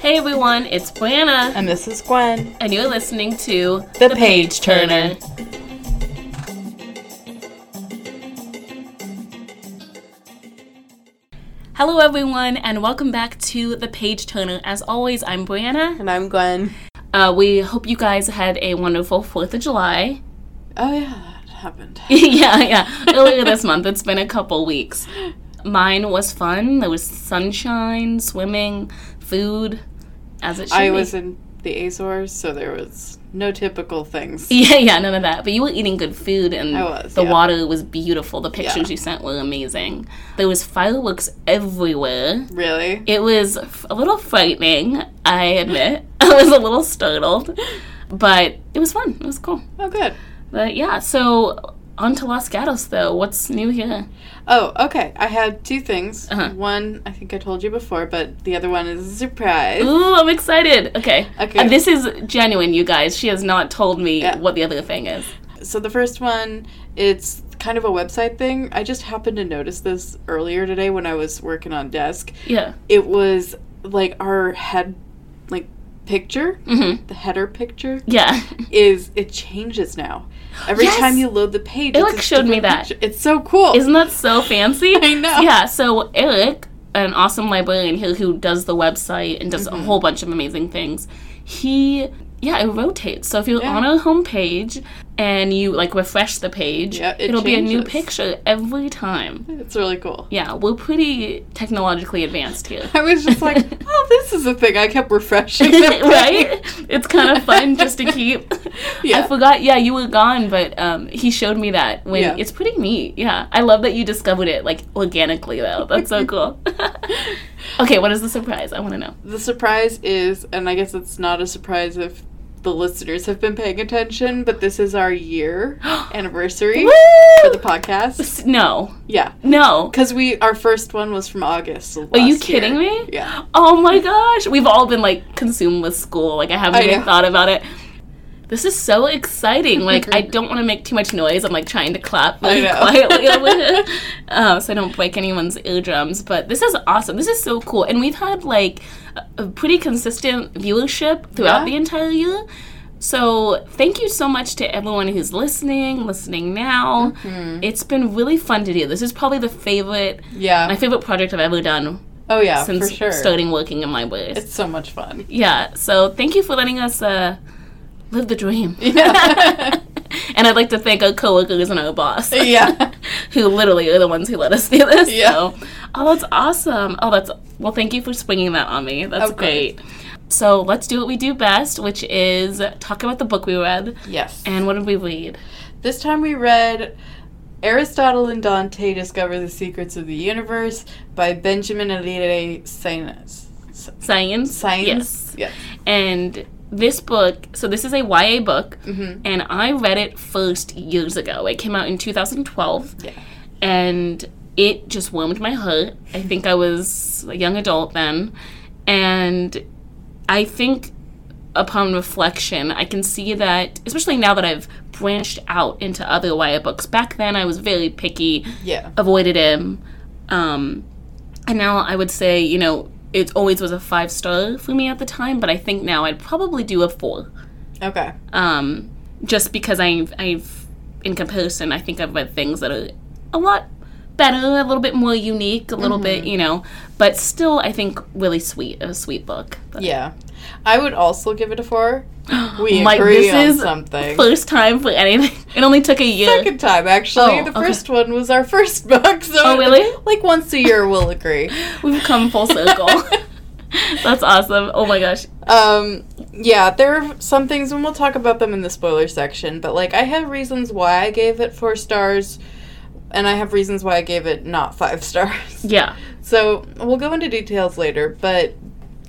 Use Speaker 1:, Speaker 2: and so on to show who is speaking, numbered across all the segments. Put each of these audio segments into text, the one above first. Speaker 1: Hey everyone, it's Buena,
Speaker 2: And this is Gwen.
Speaker 1: and you're listening to
Speaker 2: The Page Turner.
Speaker 1: Hello everyone, and welcome back to The Page Turner. As always, I'm Buena.
Speaker 2: And I'm Gwen.
Speaker 1: Uh, we hope you guys had a wonderful 4th of July.
Speaker 2: Oh, yeah, that happened.
Speaker 1: yeah, yeah, earlier this month. It's been a couple weeks. Mine was fun. There was sunshine, swimming, food, as it should be.
Speaker 2: I was in the Azores, so there was no typical things.
Speaker 1: Yeah, yeah, none of that. But you were eating good food, and
Speaker 2: I was,
Speaker 1: the
Speaker 2: yeah.
Speaker 1: water was beautiful. The pictures
Speaker 2: Yeah.
Speaker 1: you sent were amazing. There was fireworks everywhere.
Speaker 2: Really?
Speaker 1: It was f- a little frightening, I admit. I was a little startled, but it was fun. It was cool.
Speaker 2: Oh, good.
Speaker 1: But yeah, so on to Los Gatos though. What's new here?
Speaker 2: Oh, okay. I had two things.
Speaker 1: Uh-huh.
Speaker 2: One, I think I told you before, but the other one is a surprise.
Speaker 1: Ooh, I'm excited. Okay.
Speaker 2: Okay.
Speaker 1: Uh, this is genuine, you guys. She has not told me
Speaker 2: Yeah.
Speaker 1: what the other thing is.
Speaker 2: So the first one, it's kind of a website thing. I just happened to notice this earlier today when I was working on desk.
Speaker 1: Yeah.
Speaker 2: It was like our head, like picture,
Speaker 1: Mm-hmm.
Speaker 2: the header picture.
Speaker 1: Yeah.
Speaker 2: is it changes now. Every
Speaker 1: Yes!
Speaker 2: time you load the page,
Speaker 1: Eric
Speaker 2: it's a
Speaker 1: showed me
Speaker 2: different
Speaker 1: that.
Speaker 2: picture. It's so cool.
Speaker 1: Isn't that so fancy?
Speaker 2: I know.
Speaker 1: Yeah, so Eric, an awesome librarian here who does the website and does
Speaker 2: Mm-hmm.
Speaker 1: a whole bunch of amazing things, he yeah, it rotates. So if you're
Speaker 2: Yeah.
Speaker 1: on a homepage and you like refresh the page,
Speaker 2: Yeah, it
Speaker 1: will be a new
Speaker 2: changes.
Speaker 1: picture every time.
Speaker 2: It's really cool.
Speaker 1: Yeah, we're pretty technologically advanced here.
Speaker 2: I was just like, oh, this is a thing. I kept refreshing the
Speaker 1: right? It's kind of fun just to keep. I
Speaker 2: Yeah.
Speaker 1: forgot. Yeah, you were gone, but um, he showed me that when
Speaker 2: Yeah.
Speaker 1: it's pretty neat. Yeah, I love that you discovered it like organically though. That's so cool. okay, what is the surprise? I want to know.
Speaker 2: The surprise is, and I guess it's not a surprise if the listeners have been paying attention, but this is our year anniversary for the
Speaker 1: Woo!
Speaker 2: podcast.
Speaker 1: No,
Speaker 2: Yeah.
Speaker 1: no.
Speaker 2: Because we, our first one was from August.
Speaker 1: Are you kidding me?
Speaker 2: Yeah.
Speaker 1: Oh my gosh, we've all been like consumed with school. Like I haven't
Speaker 2: I
Speaker 1: even
Speaker 2: know.
Speaker 1: thought about it. This is so exciting. Like I don't want to make too much noise. I'm like trying to clap
Speaker 2: Mm-hmm. I
Speaker 1: really
Speaker 2: know.
Speaker 1: quietly over here, uh, so I don't break anyone's eardrums. But this is awesome. This is so cool, and we've had like a, a pretty consistent viewership throughout
Speaker 2: Yeah.
Speaker 1: the entire year. So thank you so much to everyone who's listening, listening now.
Speaker 2: Mm-hmm.
Speaker 1: It's been really fun to do. This is probably the favorite, my
Speaker 2: Yeah.
Speaker 1: favorite project I've ever done
Speaker 2: Oh, yeah,
Speaker 1: since
Speaker 2: for sure.
Speaker 1: starting working in libraries.
Speaker 2: It's so much fun.
Speaker 1: yeah, so thank you for letting us uh, live the dream.
Speaker 2: Yeah.
Speaker 1: and I'd like to thank our coworkers and our boss,
Speaker 2: yeah.
Speaker 1: who literally are the ones who let us do this.
Speaker 2: Yeah.
Speaker 1: So, oh, that's awesome. Oh, that's well. Thank you for springing that on me. That's
Speaker 2: Of course.
Speaker 1: great. So let's do what we do best, which is talk about the book we read.
Speaker 2: Yes.
Speaker 1: And what did we read?
Speaker 2: This time we read Aristotle and Dante Discover the Secrets of the Universe by Benjamin Alire Sainz.
Speaker 1: Science.
Speaker 2: Sainz?
Speaker 1: Yes.
Speaker 2: Yes.
Speaker 1: And this book, so this is a YA book,
Speaker 2: Mhm.
Speaker 1: and I read it first years ago. It came out in 2012,
Speaker 2: Yeah.
Speaker 1: and it just warmed my heart. I think I was a young adult then, and I think upon reflection, I can see that, especially now that I've branched out into other YA books. Back then, I was very picky
Speaker 2: Yeah.
Speaker 1: avoided him. Um, and now I would say, you know, it always was a five star for me at the time, but I think now I'd probably do a four.
Speaker 2: Okay.
Speaker 1: Um, just because I've, I've, in comparison, I think I've read things that are a lot better, a little bit more unique, a little bit, you know, but still, I think, really sweet, a sweet book. But
Speaker 2: Yeah. I would also give it a four. We
Speaker 1: Like,
Speaker 2: agree
Speaker 1: this
Speaker 2: on
Speaker 1: is
Speaker 2: something.
Speaker 1: First time for anything. It only took a year.
Speaker 2: Second time, actually.
Speaker 1: Oh,
Speaker 2: the
Speaker 1: okay.
Speaker 2: first one was our first book, so
Speaker 1: Oh, really?
Speaker 2: like once a year we'll agree.
Speaker 1: We've come full circle. That's awesome. Oh my gosh.
Speaker 2: Um, yeah, there are some things, and we'll talk about them in the spoiler section, but like I have reasons why I gave it four stars, and I have reasons why I gave it not five stars.
Speaker 1: Yeah.
Speaker 2: So we'll go into details later, but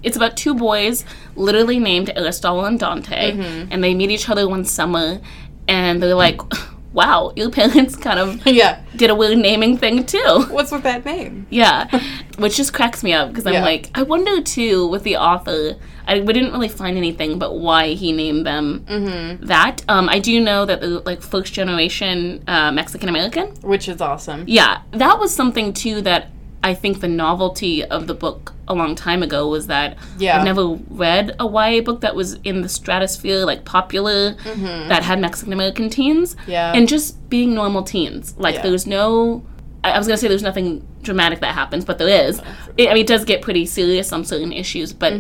Speaker 1: it's about two boys literally named Aristotle and Dante, and they meet each other one summer, and they're like, "Wow, your parents kind of
Speaker 2: yeah,
Speaker 1: did a weird naming thing too."
Speaker 2: what's with that name?
Speaker 1: Yeah, which just cracks me up because I'm
Speaker 2: Yeah.
Speaker 1: like, I wonder too with the author. I we didn't really find anything, but why he named them
Speaker 2: Mm-hmm.
Speaker 1: that. Um, I do know that the like first generation uh, Mexican American.
Speaker 2: Which is awesome.
Speaker 1: Yeah, that was something too that I think the novelty of the book a long time ago was that
Speaker 2: Yeah.
Speaker 1: I've never read a YA book that was in the stratosphere, like popular,
Speaker 2: Mm-hmm.
Speaker 1: that had Mexican American teens.
Speaker 2: Yeah.
Speaker 1: And just being normal teens. Like,
Speaker 2: Uh-huh. Yeah.
Speaker 1: there's no. I I was going to say there's nothing dramatic that happens, but there is. It, I mean, it does get pretty serious on certain issues, but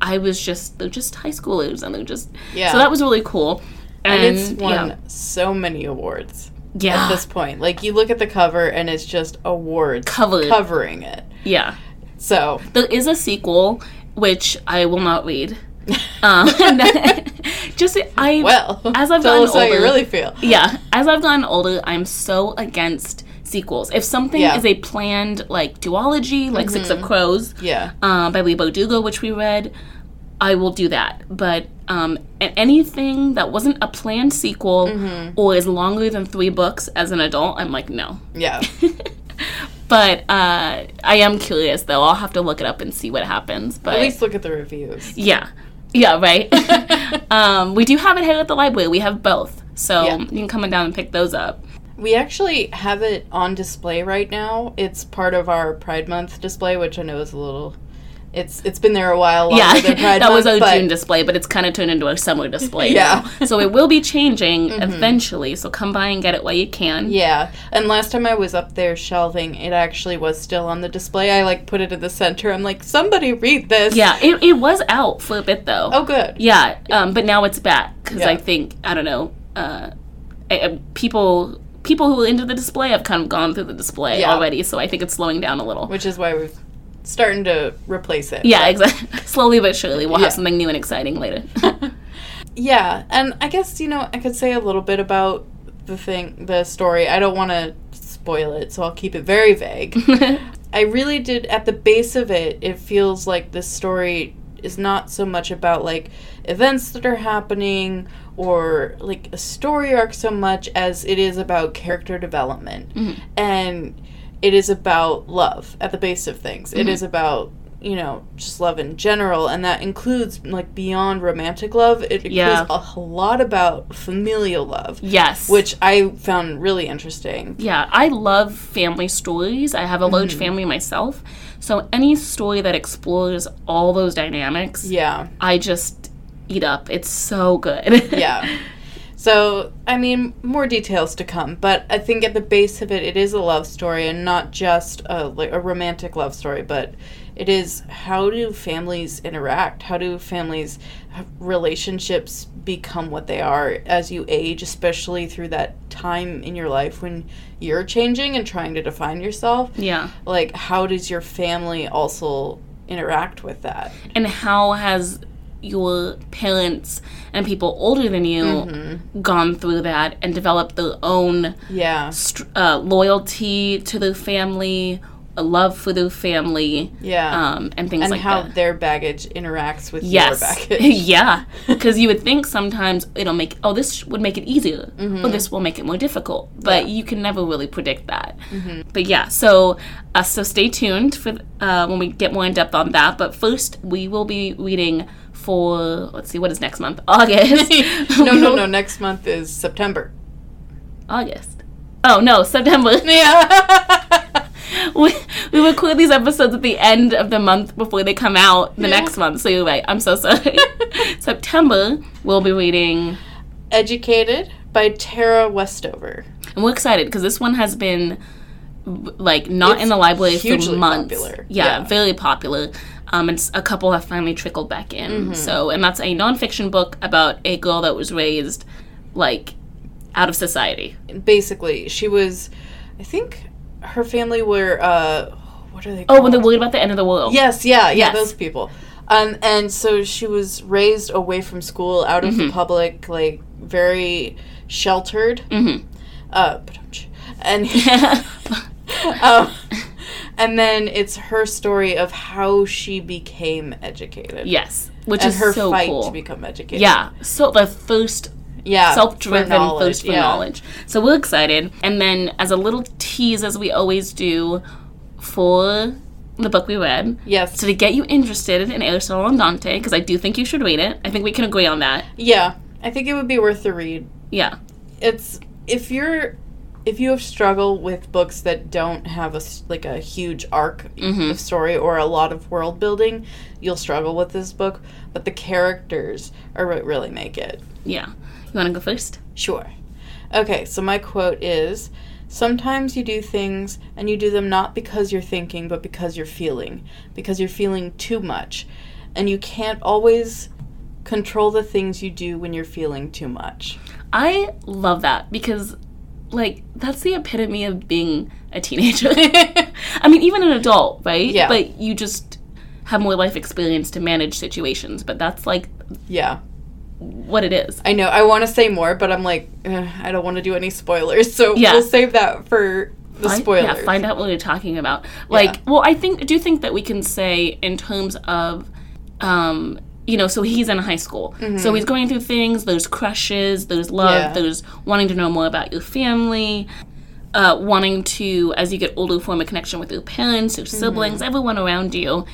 Speaker 1: I was just. They're just high schoolers, and they're just.
Speaker 2: Mm-hmm. Yeah.
Speaker 1: So that was really cool. And,
Speaker 2: and it's won
Speaker 1: Yeah.
Speaker 2: so many awards
Speaker 1: yeah.
Speaker 2: at this point. Like you look at the cover and it's just awards
Speaker 1: Covered.
Speaker 2: covering it.
Speaker 1: yeah.
Speaker 2: So
Speaker 1: There is a sequel, which I will not read. Um, just I
Speaker 2: well,
Speaker 1: as I've
Speaker 2: tell
Speaker 1: gotten
Speaker 2: us how you
Speaker 1: older-
Speaker 2: really feel.
Speaker 1: yeah. As I've gotten older, I'm so against sequels. If something
Speaker 2: Yeah. Mm-hmm.
Speaker 1: is a planned like duology, like Six of Crows,
Speaker 2: Yeah,
Speaker 1: um, by Lee Bodugo, which we read, I will do that. But um, a- anything that wasn't a planned sequel
Speaker 2: Mm-hmm.
Speaker 1: or is longer than three books as an adult, I'm like no.
Speaker 2: yeah,
Speaker 1: But uh, I am curious though. I'll have to look it up and see what happens. But
Speaker 2: at least look at the reviews.
Speaker 1: yeah. Yeah, right. um, we do have it here at the library. We have both. So
Speaker 2: Yeah.
Speaker 1: you can come on down and pick those up.
Speaker 2: We actually have it on display right now. It's part of our Pride Month display, which I know is a little. It's it's been there a while. Longer
Speaker 1: yeah,
Speaker 2: than Pride
Speaker 1: that was our
Speaker 2: Month, but
Speaker 1: June display, but it's kind of turned into a summer display.
Speaker 2: Yeah. Mm-hmm.
Speaker 1: now. so it will be changing eventually. So come by and get it while you can.
Speaker 2: Yeah, and last time I was up there shelving, it actually was still on the display. I like put it in the center. I'm like, somebody read this.
Speaker 1: Yeah, it, it was out for a bit though.
Speaker 2: Oh, good.
Speaker 1: Yeah, um, but now it's back because
Speaker 2: Yeah.
Speaker 1: I think I don't know. Uh, I, I- people people who are into the display have kind of gone through the display
Speaker 2: Yeah.
Speaker 1: already, so I think it's slowing down a little.
Speaker 2: Which is why we're starting to replace it.
Speaker 1: Yeah, exactly. Slowly but surely, we'll
Speaker 2: Yeah.
Speaker 1: have something new and exciting later.
Speaker 2: Yeah, and I guess you know I could say a little bit about the thing, the story. I don't want to spoil it, so I'll keep it very vague.
Speaker 1: Mm-hmm.
Speaker 2: I really did at the base of it, it feels like this story is not so much about like events that are happening or like a story arc so much as it is about character development. And it is about love at the base of things. It is about you know just love in general and that includes like beyond romantic love it includes
Speaker 1: Yeah.
Speaker 2: a whole lot about familial love
Speaker 1: yes.
Speaker 2: which i found really interesting
Speaker 1: yeah, I love family stories. I have a large
Speaker 2: Mm-hmm.
Speaker 1: family myself, so any story that explores all those dynamics,
Speaker 2: yeah
Speaker 1: I just eat up. It's so good.
Speaker 2: yeah. So, I mean, more details to come, but I think at the base of it, it is a love story and not just a, like, a romantic love story, but it is how do families interact? How do families have relationships become what they are as you age, especially through that time in your life when you're changing and trying to define yourself?
Speaker 1: yeah.
Speaker 2: Like, how does your family also interact with that?
Speaker 1: and how has your parents and people older than you
Speaker 2: Mm-hmm.
Speaker 1: gone through that and developed their own
Speaker 2: Yeah.
Speaker 1: str- uh, loyalty to their family, a love for their family,
Speaker 2: Yeah.
Speaker 1: um, and things
Speaker 2: and
Speaker 1: like
Speaker 2: how
Speaker 1: that.
Speaker 2: their baggage interacts with
Speaker 1: Yes.
Speaker 2: your baggage.
Speaker 1: yeah. Because you would think sometimes it'll make, oh, this would make it easier,
Speaker 2: Mm-hmm.
Speaker 1: or this will make it more difficult. But you can never really predict that.
Speaker 2: Mm-hmm.
Speaker 1: But yeah, so uh, so stay tuned for uh, when we get more in depth on that. But first, we will be reading for, let's see, what is next month? August.
Speaker 2: no, no, no. Next month is September.
Speaker 1: August. Oh, no, September.
Speaker 2: Yeah.
Speaker 1: we, we record these episodes at the end of the month before they come out the
Speaker 2: Yeah.
Speaker 1: next month. So you're right. I'm so sorry. September, we'll be reading.
Speaker 2: Educated by Tara Westover.
Speaker 1: And we're excited because this one has been like not
Speaker 2: It's
Speaker 1: in the library for
Speaker 2: hugely
Speaker 1: months.
Speaker 2: popular.
Speaker 1: Yeah,
Speaker 2: Yeah.
Speaker 1: very popular. Um, and s- a couple have finally trickled back in.
Speaker 2: Mm-hmm.
Speaker 1: So, and that's a nonfiction book about a girl that was raised like out of society.
Speaker 2: Basically, she was, I think, her family were. Uh, what are they?
Speaker 1: Oh,
Speaker 2: called?
Speaker 1: when they're worried about the end of the world.
Speaker 2: Yes, yeah, yeah,
Speaker 1: Yes.
Speaker 2: those people. Um, and so she was raised away from school, out of
Speaker 1: Mm-hmm.
Speaker 2: the public, like very sheltered.
Speaker 1: Mhm.
Speaker 2: Uh, and um, and then it's her story of how she became educated.
Speaker 1: yes, which
Speaker 2: and
Speaker 1: is
Speaker 2: her
Speaker 1: so
Speaker 2: fight
Speaker 1: cool.
Speaker 2: to become educated.
Speaker 1: yeah, so the first
Speaker 2: yeah,
Speaker 1: self-driven
Speaker 2: for knowledge,
Speaker 1: thirst for knowledge. So we're excited. And then, as a little tease, as we always do, for the book we read.
Speaker 2: Yes,
Speaker 1: So to get you interested in Aristotle and Dante, because I do think you should read it. I think we can agree on that.
Speaker 2: yeah. I think it would be worth the read.
Speaker 1: Yeah.
Speaker 2: It's if you're if you have struggle with books that don't have a s- like a huge arc
Speaker 1: Mhm.
Speaker 2: of story or a lot of world building, you'll struggle with this book. But the characters are what really make it.
Speaker 1: Yeah. You want to go first?
Speaker 2: Sure. Okay, so my quote is Sometimes you do things and you do them not because you're thinking, but because you're feeling, because you're feeling too much. And you can't always control the things you do when you're feeling too much.
Speaker 1: I love that because, like, that's the epitome of being a teenager. I mean, even an adult, right?
Speaker 2: Yeah.
Speaker 1: But you just have more life experience to manage situations, but that's like
Speaker 2: Yeah,
Speaker 1: what it is.
Speaker 2: I know. I want to say more, but I'm like, "Ugh, I don't want to do any spoilers, so
Speaker 1: Yeah.
Speaker 2: we'll save that for the
Speaker 1: Find-
Speaker 2: spoilers.
Speaker 1: Yeah, find out what you're talking about. Like, well, I think I do think that we can say in terms of, um, you know, so he's in high school, so he's going through things. There's crushes, there's love,
Speaker 2: Mm-hmm. Yeah.
Speaker 1: there's wanting to know more about your family, uh, wanting to, as you get older, form a connection with your parents,
Speaker 2: Mm-hmm.
Speaker 1: your siblings, everyone around you,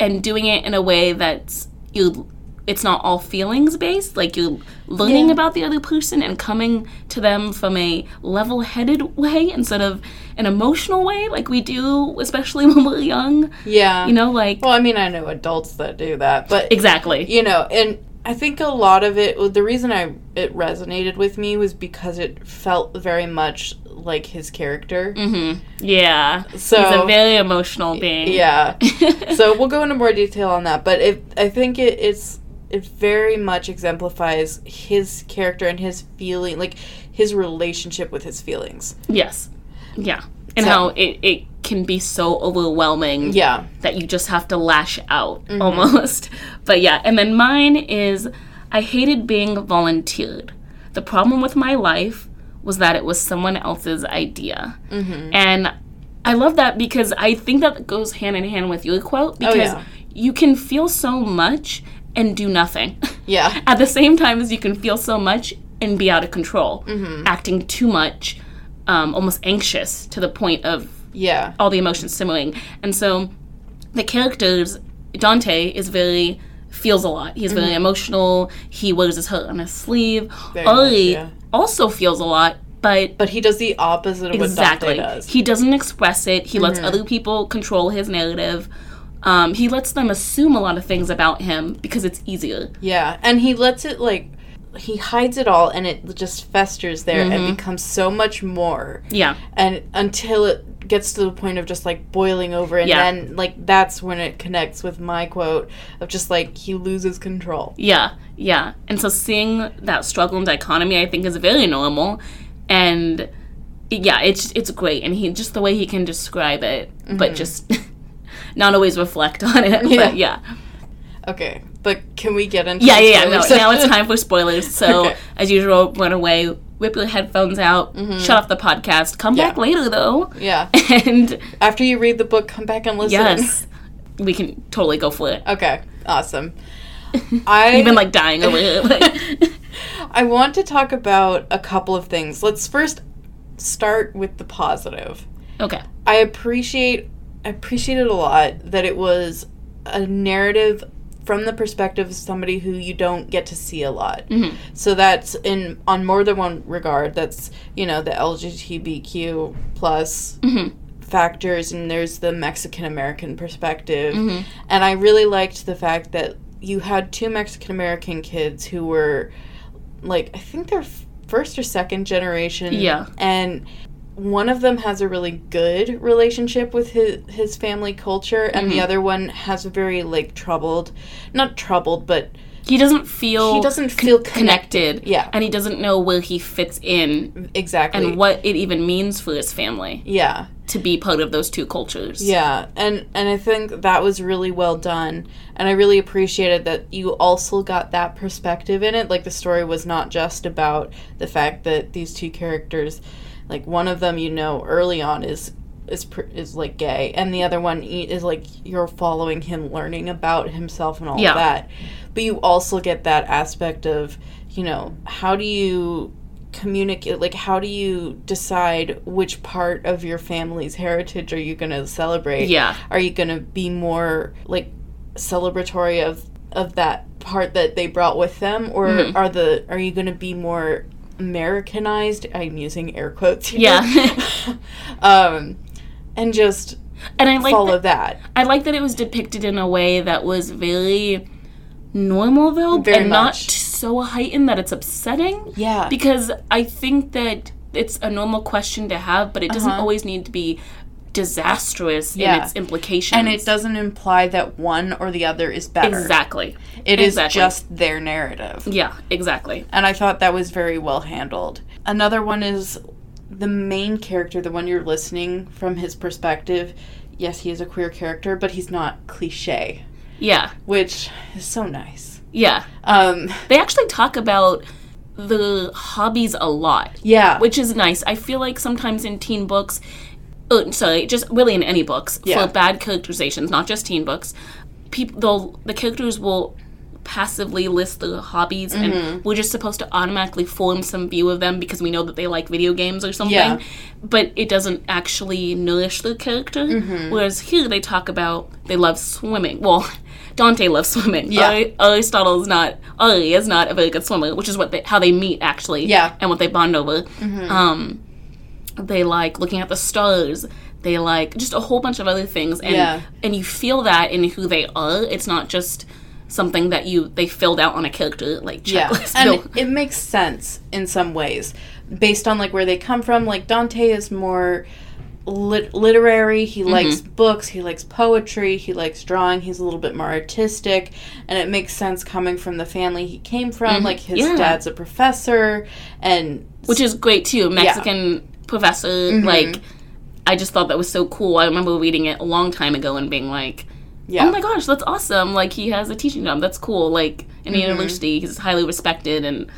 Speaker 1: and doing it in a way that's you. It's not all feelings based. Like you're learning
Speaker 2: Yeah.
Speaker 1: about the other person and coming to them from a level-headed way instead of an emotional way, like we do, especially when we're young.
Speaker 2: yeah.
Speaker 1: You know, like
Speaker 2: well, I mean, I know adults that do that, but
Speaker 1: exactly.
Speaker 2: you know and i think a lot of it well, the reason i it resonated with me was because it felt very much like his character
Speaker 1: hmm Yeah, he's a
Speaker 2: so
Speaker 1: very emotional being.
Speaker 2: yeah so we'll go into more detail on that but it, i think it, it's it very much exemplifies his character and his feeling like his relationship with his feelings
Speaker 1: yes. Yeah. And
Speaker 2: So-
Speaker 1: how it, it can be so overwhelming
Speaker 2: yeah Mm-hmm.
Speaker 1: that you just have to lash out almost. But yeah, and then mine is I hated being volunteered. The problem with my life was that it was someone else's idea.
Speaker 2: Mm-hmm.
Speaker 1: And I love that because I think that goes hand in hand with your quote because
Speaker 2: Oh, yeah.
Speaker 1: you can feel so much and do nothing.
Speaker 2: yeah
Speaker 1: At the same time as you can feel so much and be out of control,
Speaker 2: Mm-hmm.
Speaker 1: acting too much, um, almost anxious to the point of
Speaker 2: yeah
Speaker 1: all the emotions simmering. And so the characters, Dante is very feels a lot. He's very emotional. He wears his heart on his sleeve.
Speaker 2: Mm-hmm. Very much,
Speaker 1: Ollie
Speaker 2: yeah.
Speaker 1: also feels a lot, but
Speaker 2: but he does the opposite of
Speaker 1: exactly
Speaker 2: what dante does Mm-hmm.
Speaker 1: he doesn't express it. He lets other people control his narrative. Um, he lets them assume a lot of things about him because it's easier.
Speaker 2: Yeah, and he lets it like he hides it all and it just festers there and becomes so much more
Speaker 1: Yeah,
Speaker 2: and until it gets to the point of just like boiling over and
Speaker 1: Yeah.
Speaker 2: then like that's when it connects with my quote of just like he loses control.
Speaker 1: yeah, yeah. And so seeing that struggle and dichotomy, I think, is very normal. And yeah, it's it's great, and he just the way he can describe it, but just not always reflect on it.
Speaker 2: Mm-hmm. Yeah.
Speaker 1: But yeah,
Speaker 2: Okay, but can we get into
Speaker 1: yeah,
Speaker 2: the
Speaker 1: yeah. yeah. No,
Speaker 2: spoilers?
Speaker 1: now it's time for spoilers. So
Speaker 2: Okay.
Speaker 1: as usual, run away, whip your headphones out, shut off the podcast. Come back
Speaker 2: Mm-hmm. Yeah.
Speaker 1: later though,
Speaker 2: yeah.
Speaker 1: and
Speaker 2: After you read the book, come back and listen.
Speaker 1: yes, we can totally go for it.
Speaker 2: Okay. Awesome. I
Speaker 1: Even like dying over it. like-
Speaker 2: I want to talk about a couple of things. Let's first start with the positive.
Speaker 1: okay,
Speaker 2: I appreciate I appreciated a lot that it was a narrative from the perspective of somebody who you don't get to see a lot.
Speaker 1: Mhm.
Speaker 2: So that's in on more than one regard. That's you know the LGBTQ plus
Speaker 1: Mhm.
Speaker 2: factors, and there's the Mexican American perspective.
Speaker 1: Mm-hmm.
Speaker 2: And I really liked the fact that you had two Mexican American kids who were like I think they're f- first or second generation.
Speaker 1: Yeah.
Speaker 2: and one of them has a really good relationship with his his family culture and
Speaker 1: Mm-hmm.
Speaker 2: the other one has a very like troubled not troubled but
Speaker 1: he doesn't feel
Speaker 2: he doesn't feel connected
Speaker 1: connected.
Speaker 2: Yeah.
Speaker 1: and he doesn't know where he fits in
Speaker 2: exactly
Speaker 1: and what it even means for his family.
Speaker 2: yeah
Speaker 1: to be part of those two cultures.
Speaker 2: yeah and and i think that was really well done and i really appreciated that you also got that perspective in it like the story was not just about the fact that these two characters like one of them you know early on is is pr- is like gay and the other one e- is like you're following him learning about himself and all
Speaker 1: Yeah.
Speaker 2: that but you also get that aspect of you know how do you communicate like how do you decide which part of your family's heritage are you going to celebrate
Speaker 1: Yeah.
Speaker 2: are you going to be more like
Speaker 1: Mm-hmm.
Speaker 2: celebratory of of that part that they brought with them or are the are you going to be more Americanized. I'm using air quotes. here.
Speaker 1: Yeah.
Speaker 2: um, and just
Speaker 1: and I like
Speaker 2: follow
Speaker 1: that,
Speaker 2: that.
Speaker 1: I like that it was depicted in a way that was very normal though,
Speaker 2: Very
Speaker 1: and not
Speaker 2: much.
Speaker 1: so heightened that it's upsetting.
Speaker 2: Yeah.
Speaker 1: Because I think that it's a normal question to have, but it doesn't
Speaker 2: Uh-huh.
Speaker 1: always need to be disastrous in
Speaker 2: Yeah.
Speaker 1: its implications.
Speaker 2: and it doesn't imply that one or the other is better.
Speaker 1: exactly.
Speaker 2: It is
Speaker 1: exactly.
Speaker 2: just their narrative.
Speaker 1: Yeah, exactly.
Speaker 2: And I thought that was very well handled. Another one is the main character, the one you're listening from his perspective. Yes, he is a queer character, but he's not cliche,
Speaker 1: Yeah,
Speaker 2: which is so nice.
Speaker 1: yeah.
Speaker 2: Um,
Speaker 1: They actually talk about the hobbies a lot,
Speaker 2: yeah.
Speaker 1: which is nice. I feel like sometimes in teen books, oh, sorry, just really in any books
Speaker 2: Yeah.
Speaker 1: for bad characterizations, not just teen books, people they'll, the characters will passively list the hobbies,
Speaker 2: Mm-hmm.
Speaker 1: and we're just supposed to automatically form some view of them because we know that they like video games or something.
Speaker 2: Yeah.
Speaker 1: But it doesn't actually nourish the character.
Speaker 2: Mm-hmm.
Speaker 1: Whereas here they talk about they love swimming. Well. Dante loves swimming.
Speaker 2: Yeah.
Speaker 1: Ari- Aristotle's not Ari is not a very good swimmer, which is what they, how they meet actually
Speaker 2: Yeah.
Speaker 1: and what they bond over. Um, they like looking at the stars. They like just a whole bunch of other things, and
Speaker 2: Yeah.
Speaker 1: and you feel that in who they are. It's not just something that you they filled out on a character like
Speaker 2: yeah.
Speaker 1: checklist.
Speaker 2: And
Speaker 1: No.
Speaker 2: it makes sense in some ways based on like where they come from. Like Dante is more lit- literary. He
Speaker 1: Mm-hmm.
Speaker 2: likes books, he likes poetry, he likes drawing. He's a little bit more artistic, and it makes sense coming from the family he came from. Like his
Speaker 1: Mm-hmm. Yeah.
Speaker 2: dad's a professor, and
Speaker 1: which is great too. Mexican professor,
Speaker 2: Mm-hmm.
Speaker 1: like I just thought that was so cool. I remember reading it a long time ago and being like,
Speaker 2: yeah,
Speaker 1: "Oh my gosh, that's awesome!" Like he has a teaching job. That's cool. Like in a
Speaker 2: Mm-hmm.
Speaker 1: university, he's highly respected, and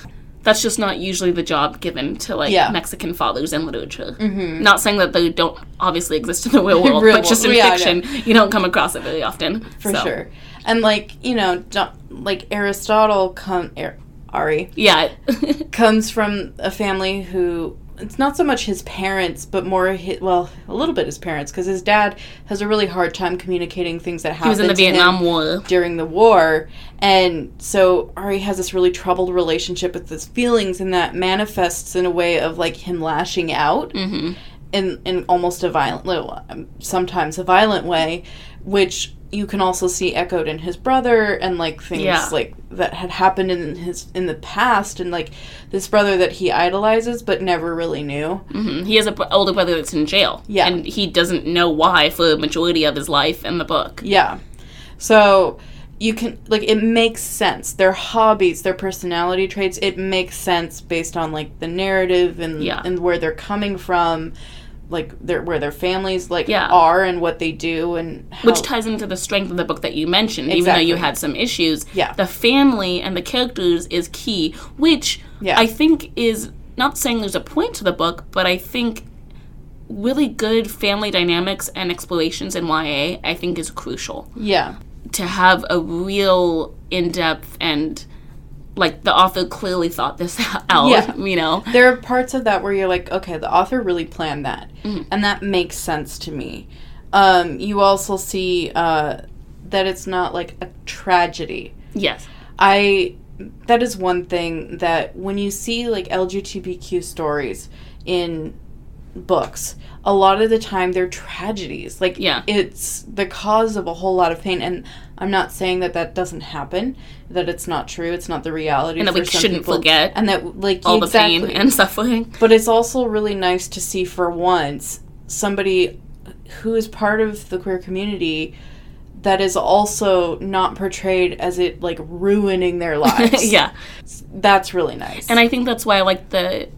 Speaker 1: that's just not usually the job given to like
Speaker 2: Yeah. Mm-hmm.
Speaker 1: Mexican fathers in literature. Not saying that they don't obviously exist in the real world,
Speaker 2: Real
Speaker 1: but just in
Speaker 2: world. Yeah, I know.
Speaker 1: fiction, you don't come across it very often.
Speaker 2: for
Speaker 1: So,
Speaker 2: sure. And like you know, do- like Aristotle come Ar- Ari
Speaker 1: Yeah.
Speaker 2: comes from a family who it's not so much his parents, but more his, well, a little bit his parents, because his dad has a really hard time communicating things that
Speaker 1: he
Speaker 2: happened
Speaker 1: was in the
Speaker 2: to him
Speaker 1: Vietnam War.
Speaker 2: during the war, and so Ari has this really troubled relationship with his feelings, and that manifests in a way of like him lashing out
Speaker 1: hmm
Speaker 2: in in almost a violent, well, um, sometimes a violent way, which you can also see echoed in his brother and like things
Speaker 1: Yeah.
Speaker 2: like that had happened in his in the past and like this brother that he idolizes but never really knew.
Speaker 1: hmm He has an older brother that's in jail.
Speaker 2: Yeah.
Speaker 1: And he doesn't know why for the majority of his life in the book.
Speaker 2: Yeah. So you can like it makes sense. Their hobbies, their personality traits, it makes sense based on like the narrative and
Speaker 1: Yeah.
Speaker 2: and where they're coming from, like their where their families like
Speaker 1: Yeah.
Speaker 2: are and what they do and how,
Speaker 1: Which ties into the strength of the book that you mentioned, even though you
Speaker 2: Exactly.
Speaker 1: had some issues.
Speaker 2: Yeah.
Speaker 1: The family and the characters is key, which
Speaker 2: Yeah.
Speaker 1: I think is not saying there's a point to the book, but I think really good family dynamics and explorations in YA, I think, is crucial
Speaker 2: yeah.
Speaker 1: to have a real in depth and like the author clearly thought this out,
Speaker 2: Yeah.
Speaker 1: you know?
Speaker 2: there are parts of that where you're like, okay, the author really planned that,
Speaker 1: Mm.
Speaker 2: and that makes sense to me. Um, you also see uh, that it's not like a tragedy.
Speaker 1: Yes.
Speaker 2: I that is one thing that when you see like LGBTQ stories in books, a lot of the time they're tragedies. Like
Speaker 1: Yeah.
Speaker 2: it's the cause of a whole lot of pain, and I'm not saying that that doesn't happen, that it's not true, it's not the reality,
Speaker 1: And that we
Speaker 2: for some
Speaker 1: shouldn't
Speaker 2: people,
Speaker 1: forget
Speaker 2: and that like
Speaker 1: All
Speaker 2: exactly,
Speaker 1: the pain and suffering.
Speaker 2: but it's also really nice to see for once somebody who is part of the queer community that is also not portrayed as it like ruining their lives.
Speaker 1: yeah.
Speaker 2: That's really nice.
Speaker 1: And I think that's why I like the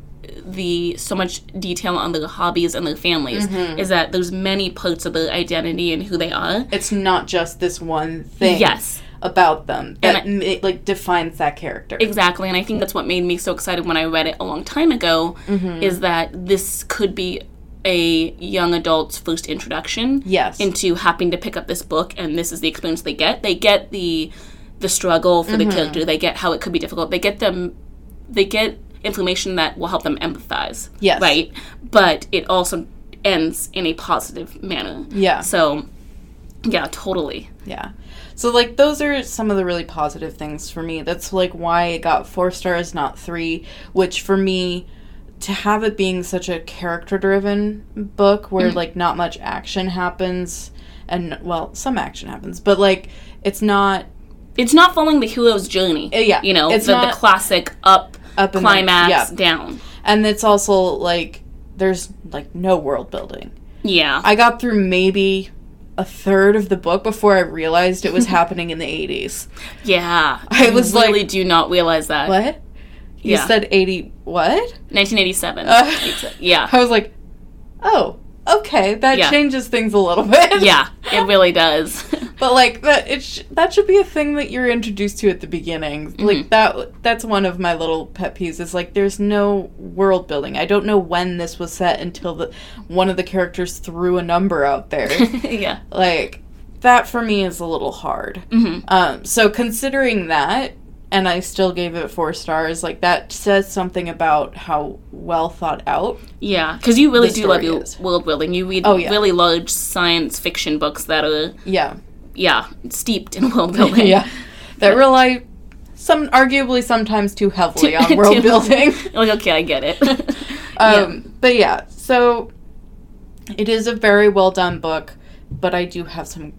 Speaker 1: the so much detail on their hobbies and their families is that there's many parts of their identity and who they are.
Speaker 2: it's not just this one thing
Speaker 1: Yes,
Speaker 2: about them that
Speaker 1: I-
Speaker 2: ma- like defines that character.
Speaker 1: exactly. And I think that's what made me so excited when I read it a long time ago is that this could be a young adult's first introduction
Speaker 2: yes.
Speaker 1: into having to pick up this book and this is the experience they get. They get the the struggle for
Speaker 2: Mm-hmm.
Speaker 1: the character. They get how it could be difficult. They get them they get information that will help them empathize.
Speaker 2: Yes.
Speaker 1: Right? But it also ends in a positive manner.
Speaker 2: yeah.
Speaker 1: So Yeah, totally.
Speaker 2: Yeah. So like those are some of the really positive things for me. That's like why it got four stars, not three. Which for me, to have it being such a character driven book where
Speaker 1: Mm-hmm.
Speaker 2: like not much action happens, and well, some action happens, but like it's not
Speaker 1: It's not following the hero's journey.
Speaker 2: Uh, yeah.
Speaker 1: You know,
Speaker 2: It's
Speaker 1: the,
Speaker 2: not-
Speaker 1: the classic up,
Speaker 2: up in
Speaker 1: climax,
Speaker 2: The, yeah.
Speaker 1: down.
Speaker 2: And it's also like there's like no world building.
Speaker 1: Yeah.
Speaker 2: I got through maybe a third of the book before I realized it was happening in the 80s.
Speaker 1: yeah.
Speaker 2: I was like-
Speaker 1: really do not realize that.
Speaker 2: What? You
Speaker 1: Yeah.
Speaker 2: said 80 what?
Speaker 1: 1987.
Speaker 2: Uh,
Speaker 1: yeah.
Speaker 2: I was like, "Oh, okay, that
Speaker 1: Yeah.
Speaker 2: changes things a little bit."
Speaker 1: Yeah, it really does.
Speaker 2: But like that it sh- that should be a thing that you're introduced to at the beginning.
Speaker 1: Mm-hmm.
Speaker 2: Like that that's one of my little pet peeves is like there's no world building. I don't know when this was set until the one of the characters threw a number out there.
Speaker 1: yeah.
Speaker 2: like that for me is a little hard.
Speaker 1: hmm
Speaker 2: Um, so considering that, and I still gave it four stars, like that says something about how well thought out.
Speaker 1: Yeah, because you really
Speaker 2: The
Speaker 1: do love
Speaker 2: story
Speaker 1: your
Speaker 2: is.
Speaker 1: world building. You read
Speaker 2: Oh, yeah.
Speaker 1: really large science fiction books that are,
Speaker 2: Yeah,
Speaker 1: yeah, steeped in world building.
Speaker 2: that rely some arguably sometimes too heavily
Speaker 1: To-
Speaker 2: on world
Speaker 1: to-
Speaker 2: building.
Speaker 1: Like, okay, I get it.
Speaker 2: Um, But yeah, so it is a very well done book, but I do have some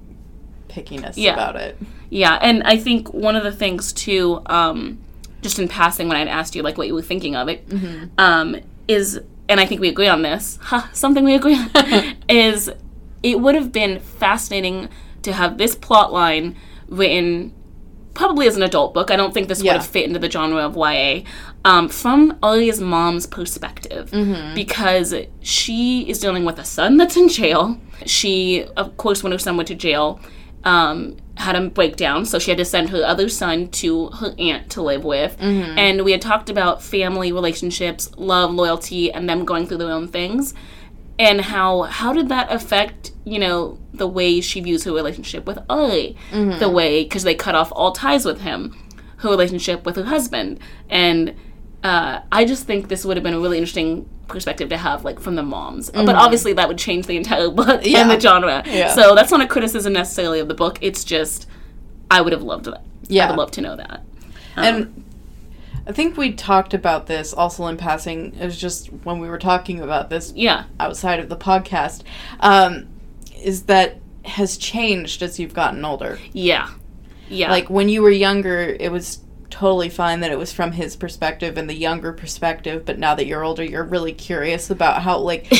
Speaker 2: pickiness
Speaker 1: Yeah.
Speaker 2: about it.
Speaker 1: yeah, and I think one of the things too, um, just in passing, when I'd asked you like what you were thinking of it, um, is, and I think we agree on this. Ha, something we agree on is it would have been fascinating to have this plot line written probably as an adult book. I don't think this
Speaker 2: Yeah.
Speaker 1: would have fit into the genre of YA um, from Alia's mom's perspective because she is dealing with a son that's in jail. She, of course, when her son went to jail, um, had a breakdown, so she had to send her other son to her aunt to live with. And we had talked about family relationships, love, loyalty, and them going through their own things and how how did that affect you know the way she views her relationship with Ollie, the way because they cut off all ties with him, her relationship with her husband, and uh, I just think this would have been a really interesting perspective to have like from the moms, but obviously that would change the entire book and
Speaker 2: Yeah.
Speaker 1: the genre.
Speaker 2: Yeah.
Speaker 1: So that's not a criticism necessarily of the book. It's just I would have loved that. I
Speaker 2: Yeah.
Speaker 1: would love to know that.
Speaker 2: And I think we talked about this also in passing. It was just when we were talking about this
Speaker 1: Yeah,
Speaker 2: outside of the podcast, um, is that has changed as you've gotten older.
Speaker 1: yeah, yeah.
Speaker 2: Like when you were younger, it was totally fine that it was from his perspective and the younger perspective, but now that you're older, you're really curious about how, like,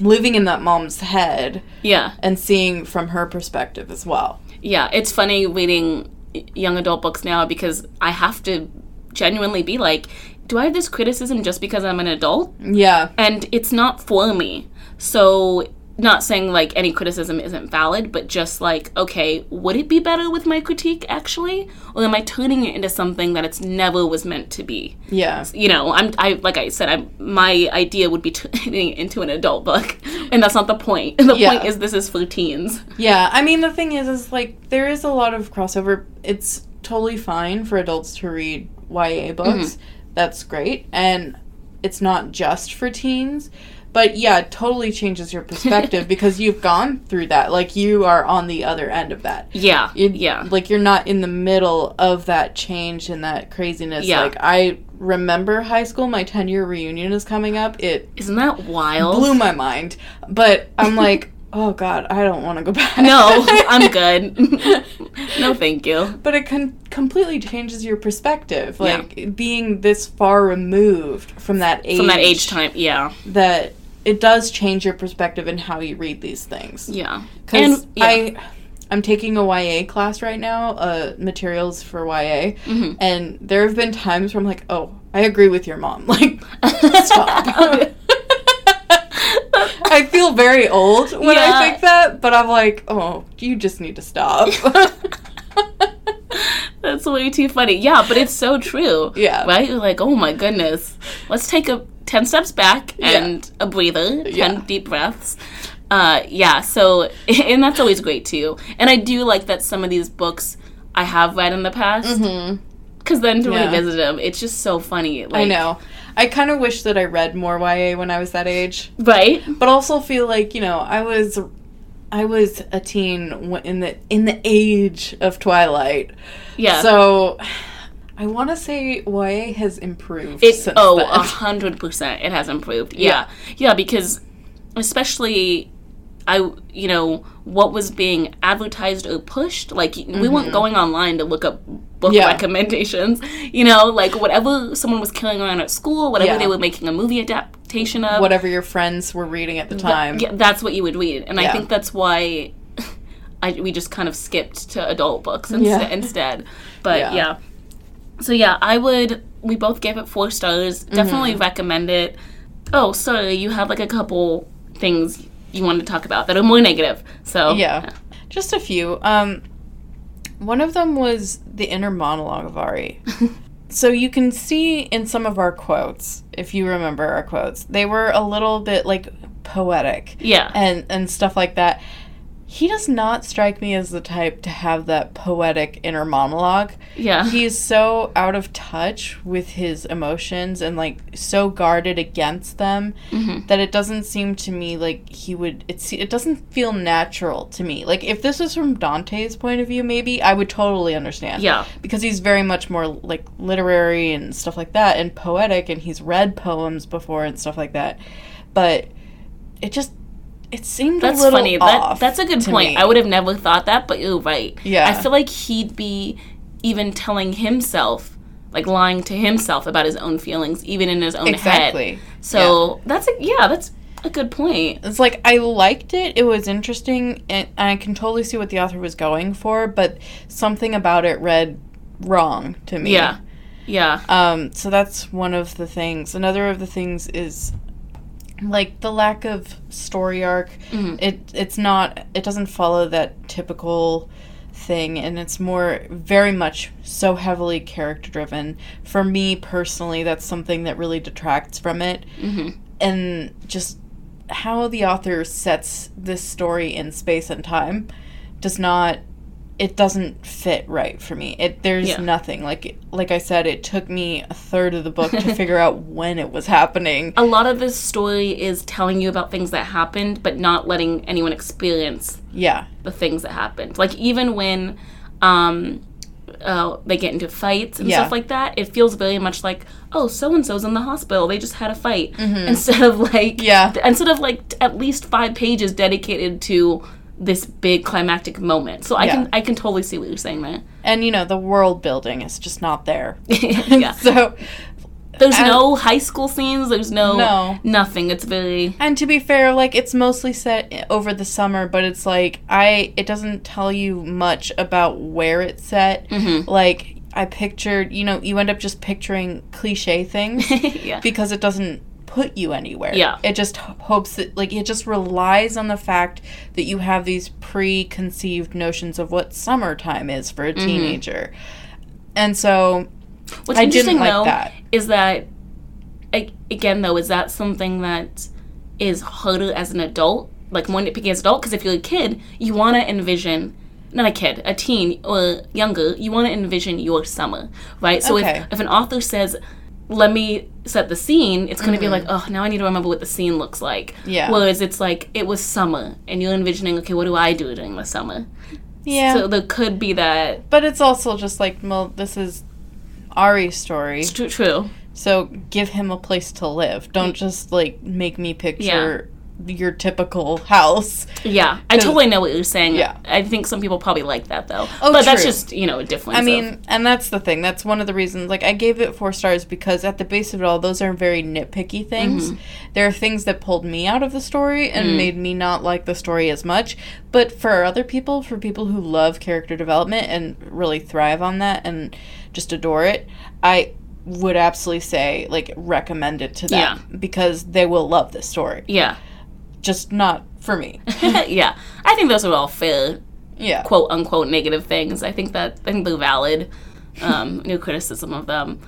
Speaker 2: living in that mom's head
Speaker 1: yeah.
Speaker 2: and seeing from her perspective as well.
Speaker 1: Yeah, it's funny reading young adult books now because I have to genuinely be like, do I have this criticism just because I'm an adult?
Speaker 2: Yeah.
Speaker 1: And it's not for me. So, not saying like any criticism isn't valid, but just like, okay, would it be better with my critique actually? Or am I turning it into something that it's never was meant to be?
Speaker 2: Yeah.
Speaker 1: You know, I'm I like I said, I'm my idea would be turning it into an adult book, and that's not the point. The
Speaker 2: Yeah.
Speaker 1: point is this is for teens.
Speaker 2: Yeah, I mean the thing is, is like there is a lot of crossover. It's totally fine for adults to read
Speaker 1: Mm-hmm.
Speaker 2: YA books. That's great, and it's not just for teens. But yeah, it totally changes your perspective because you've gone through that. Like you are on the other end of that.
Speaker 1: Yeah,
Speaker 2: You-
Speaker 1: yeah.
Speaker 2: Like you're not in the middle of that change and that craziness.
Speaker 1: Yeah.
Speaker 2: Like I remember high school. My ten year reunion is coming up. It
Speaker 1: Isn't that wild?
Speaker 2: blew my mind. But I'm like, oh god, I don't want to go back.
Speaker 1: No, I'm good. no, thank you.
Speaker 2: but it con- completely changes your perspective like being this far removed from that age
Speaker 1: From that age time, yeah,
Speaker 2: that it does change your perspective and how you read these things
Speaker 1: yeah,
Speaker 2: because
Speaker 1: And- yeah.
Speaker 2: i i'm taking a ya class right now uh materials for ya
Speaker 1: Mm-hmm.
Speaker 2: and there have been times where i'm like oh i agree with your mom like stop I feel very old when
Speaker 1: Yeah.
Speaker 2: I think that, but I'm like, oh, you just need to stop.
Speaker 1: that's way too funny. Yeah, but it's so true.
Speaker 2: Yeah.
Speaker 1: right. You're like, oh my goodness, let's take a ten steps back and a breather, ten
Speaker 2: Yeah.
Speaker 1: deep breaths. Uh, yeah. So, and that's always great too. And I do like that some of these books I have read in the past. Because then to
Speaker 2: Mm-hmm. Yeah.
Speaker 1: revisit them, it's just so funny. Like,
Speaker 2: I know. I kind of wish that I read more YA when I was that age,
Speaker 1: right?
Speaker 2: but also feel like, you know, I was I was a teen w- in the in the age of Twilight.
Speaker 1: Yeah.
Speaker 2: So I want to say YA has improved.
Speaker 1: It's
Speaker 2: since
Speaker 1: oh, a
Speaker 2: then.
Speaker 1: hundred percent. It has improved. Yeah. yeah, because especially I, you know, what was being advertised or pushed. Like we weren't going online to look up book
Speaker 2: Mm-hmm. Yeah.
Speaker 1: recommendations. You know, like whatever someone was killing around at school, whatever
Speaker 2: Yeah.
Speaker 1: they were making a movie adaptation of,
Speaker 2: whatever your friends were reading at the
Speaker 1: th-
Speaker 2: time.
Speaker 1: yeah, that's what you would read. And I
Speaker 2: Yeah.
Speaker 1: think that's why. I, we just kind of skipped to adult books inst-
Speaker 2: Yeah.
Speaker 1: instead. But
Speaker 2: Yeah.
Speaker 1: yeah. So yeah, I would. We both gave it four stars.
Speaker 2: Mm-hmm.
Speaker 1: Definitely recommend it. Oh, sorry, you have like a couple things you wanted to talk about that are more negative. So
Speaker 2: Oh, Yeah. Just a few. Um, one of them was the inner monologue of Ari. so you can see in some of our quotes, if you remember our quotes, they were a little bit like poetic
Speaker 1: yeah,
Speaker 2: and and stuff like that. He does not strike me as the type to have that poetic inner monologue.
Speaker 1: yeah,
Speaker 2: He's so out of touch with his emotions and like so guarded against them
Speaker 1: Mhm.
Speaker 2: that it doesn't seem to me like he would it se- it doesn't feel natural to me. Like if this was from Dante's point of view maybe I would totally understand.
Speaker 1: yeah,
Speaker 2: Because he's very much more like literary and stuff like that and poetic and he's read poems before and stuff like that. But it just it seemed
Speaker 1: That's
Speaker 2: a little
Speaker 1: funny. That
Speaker 2: off
Speaker 1: that's a good
Speaker 2: to
Speaker 1: point.
Speaker 2: me.
Speaker 1: I would have never thought that, but you're right.
Speaker 2: Yeah.
Speaker 1: I feel like he'd be even telling himself, like lying to himself about his own feelings, even in his own head.
Speaker 2: exactly.
Speaker 1: So that's a yeah, that's a good point.
Speaker 2: It's like I liked it. It was interesting, and I can totally see what the author was going for, but something about it read wrong to me.
Speaker 1: Yeah, yeah,
Speaker 2: Um, so that's one of the things. Another of the things is like the lack of story arc.
Speaker 1: Mhm.
Speaker 2: It it's not it doesn't follow that typical thing and it's more very much so heavily character driven. For me personally, that's something that really detracts from it
Speaker 1: hmm
Speaker 2: and just how the author sets this story in space and time does not it doesn't fit right for me. It there's
Speaker 1: Yeah.
Speaker 2: nothing like like I said it took me a third of the book to figure out when it was happening.
Speaker 1: A lot of this story is telling you about things that happened, but not letting anyone experience
Speaker 2: Yeah.
Speaker 1: the things that happened. Like even when um, uh, they get into fights and
Speaker 2: Yeah.
Speaker 1: stuff like that, it feels very much like, oh, so and so's in the hospital. They just had a fight.
Speaker 2: Mm-hmm.
Speaker 1: Instead of like,
Speaker 2: Yeah.
Speaker 1: th- instead of like t- at least five pages dedicated to this big climactic moment. So I
Speaker 2: Yeah.
Speaker 1: can I can totally see what you're saying there.
Speaker 2: And you know, the world building is just not there.
Speaker 1: yeah.
Speaker 2: So
Speaker 1: There's
Speaker 2: And-
Speaker 1: no high school scenes. There's no,
Speaker 2: No.
Speaker 1: nothing. It's very
Speaker 2: And to be fair, like it's mostly set i- over the summer, but it's like I it doesn't tell you much about where it's set.
Speaker 1: Mm-hmm.
Speaker 2: Like I pictured, you know, you end up just picturing cliche things
Speaker 1: yeah
Speaker 2: because it doesn't put you anywhere.
Speaker 1: Yeah.
Speaker 2: It just h- hopes that like it just relies on the fact that you have these preconceived notions of what summertime is for a
Speaker 1: Mm-hmm.
Speaker 2: teenager. And so
Speaker 1: What's
Speaker 2: I
Speaker 1: interesting
Speaker 2: didn't like
Speaker 1: though
Speaker 2: that.
Speaker 1: is that a- again though is that something that is harder as an adult, like more nitpicky as an adult? Because if you're a kid, you want to envision. Not a kid, a teen or younger, you want to envision your summer, right? So
Speaker 2: Okay.
Speaker 1: if, if an author says, let me set the scene, it's going to be like, oh, now I need to remember what the scene looks like.
Speaker 2: Mm-hmm. Yeah.
Speaker 1: Whereas it's like, it was summer, and you're envisioning, okay, what do I do during the summer?
Speaker 2: yeah.
Speaker 1: So there could be that.
Speaker 2: but it's also just like, well, this is Ari's story.
Speaker 1: It's tr- true.
Speaker 2: So give him a place to live. Don't just like make me picture your typical house.
Speaker 1: Yeah, I
Speaker 2: 'Cause-
Speaker 1: totally know what you're saying.
Speaker 2: Yeah.
Speaker 1: I think some people probably like that though.
Speaker 2: Oh,
Speaker 1: but that's
Speaker 2: true.
Speaker 1: just you know a difference.
Speaker 2: I
Speaker 1: of-
Speaker 2: mean, and that's the thing. That's one of the reasons. Like, I gave it four stars because at the base of it all, those are very nitpicky things. There are things that pulled me out of the story and made me not like the story as much. But for other people, for people who love character development and really thrive on that and just adore it, I would absolutely say like recommend it to them because they will love this story.
Speaker 1: yeah,
Speaker 2: Just not for me.
Speaker 1: yeah. I think those are all fair,
Speaker 2: Yeah.
Speaker 1: quote unquote negative things. I think that I think they're valid. Um, new criticism of them.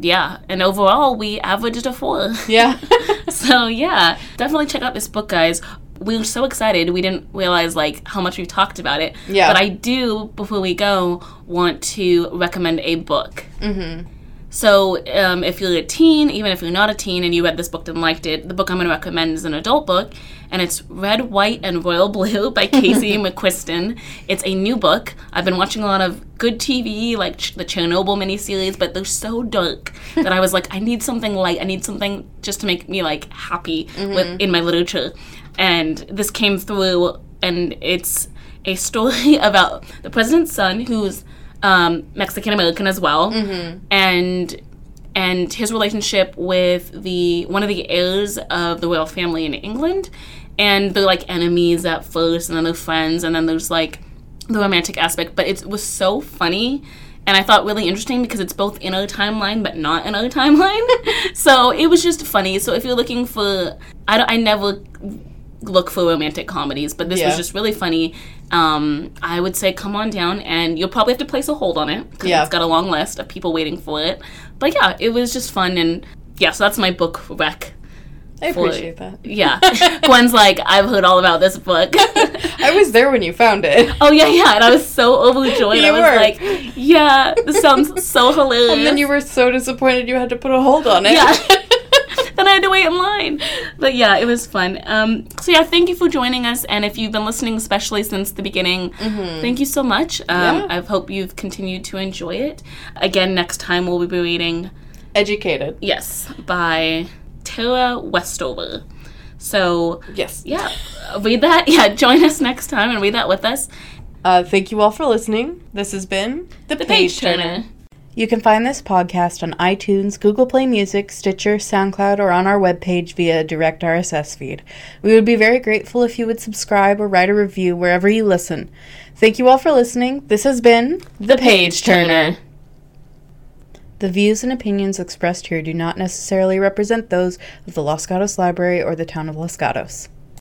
Speaker 1: Yeah, and overall we averaged a four.
Speaker 2: Yeah.
Speaker 1: so yeah, definitely check out this book, guys. We were so excited. We didn't realize like how much we talked about it.
Speaker 2: Yeah.
Speaker 1: But I do, before we go, want to recommend a book.
Speaker 2: mm-hmm.
Speaker 1: So, um, if you're a teen, even if you're not a teen and you read this book and liked it, the book I'm going to recommend is an adult book, and it's Red, White, and Royal Blue by Casey McQuiston. It's a new book. I've been watching a lot of good TV, like Ch- the Chernobyl miniseries, but they're so dark that I was like, I need something light. I need something just to make me like happy with, in my literature. And this came through, and it's a story about the president's son, who's um, Mexican American as well, and and his relationship with the one of the heirs of the royal family in England, and they're like enemies at first, and then they're friends, and then there's like the romantic aspect. But it was so funny. And I thought really interesting because it's both in our timeline but not in our timeline. so it was just funny. So if you're looking for, I, don't, I never look for romantic comedies, but this
Speaker 2: Yeah.
Speaker 1: was just really funny. Um, I would say come on down, and you'll probably have to place a hold on it because
Speaker 2: Yeah.
Speaker 1: it's got a long list of people waiting for it. But yeah, it was just fun, and yeah, so that's my book rec.
Speaker 2: I appreciate that.
Speaker 1: Yeah, Gwen's like, I've heard all about this book.
Speaker 2: I was there when you found it.
Speaker 1: oh yeah, yeah, and I was so overjoyed. I
Speaker 2: You
Speaker 1: was
Speaker 2: were.
Speaker 1: like, yeah, this sounds so hilarious.
Speaker 2: And then you were so disappointed you had to put a hold on it.
Speaker 1: Yeah. then I had to wait in line. But yeah, it was fun. Um, so yeah, thank you for joining us. And if you've been listening, especially since the beginning, thank you so much. Um,
Speaker 2: Mm-hmm. Yeah.
Speaker 1: I hope you've continued to enjoy it. Again, next time we'll be reading
Speaker 2: Educated.
Speaker 1: Yes by Tara Westover. So
Speaker 2: Yes.
Speaker 1: yeah, read that. Yeah, join us next time and read that with us.
Speaker 2: Uh, thank you all for listening. This has been The,
Speaker 1: The Page Turner.
Speaker 2: You can find this podcast on iTunes, Google Play Music, Stitcher, SoundCloud, or on our webpage via a direct RSS feed. We would be very grateful if you would subscribe or write a review wherever you listen. Thank you all for listening. This has been The Page Turner. The views and opinions expressed here do not necessarily represent those of the Los Gatos Library or the town of Los Gatos.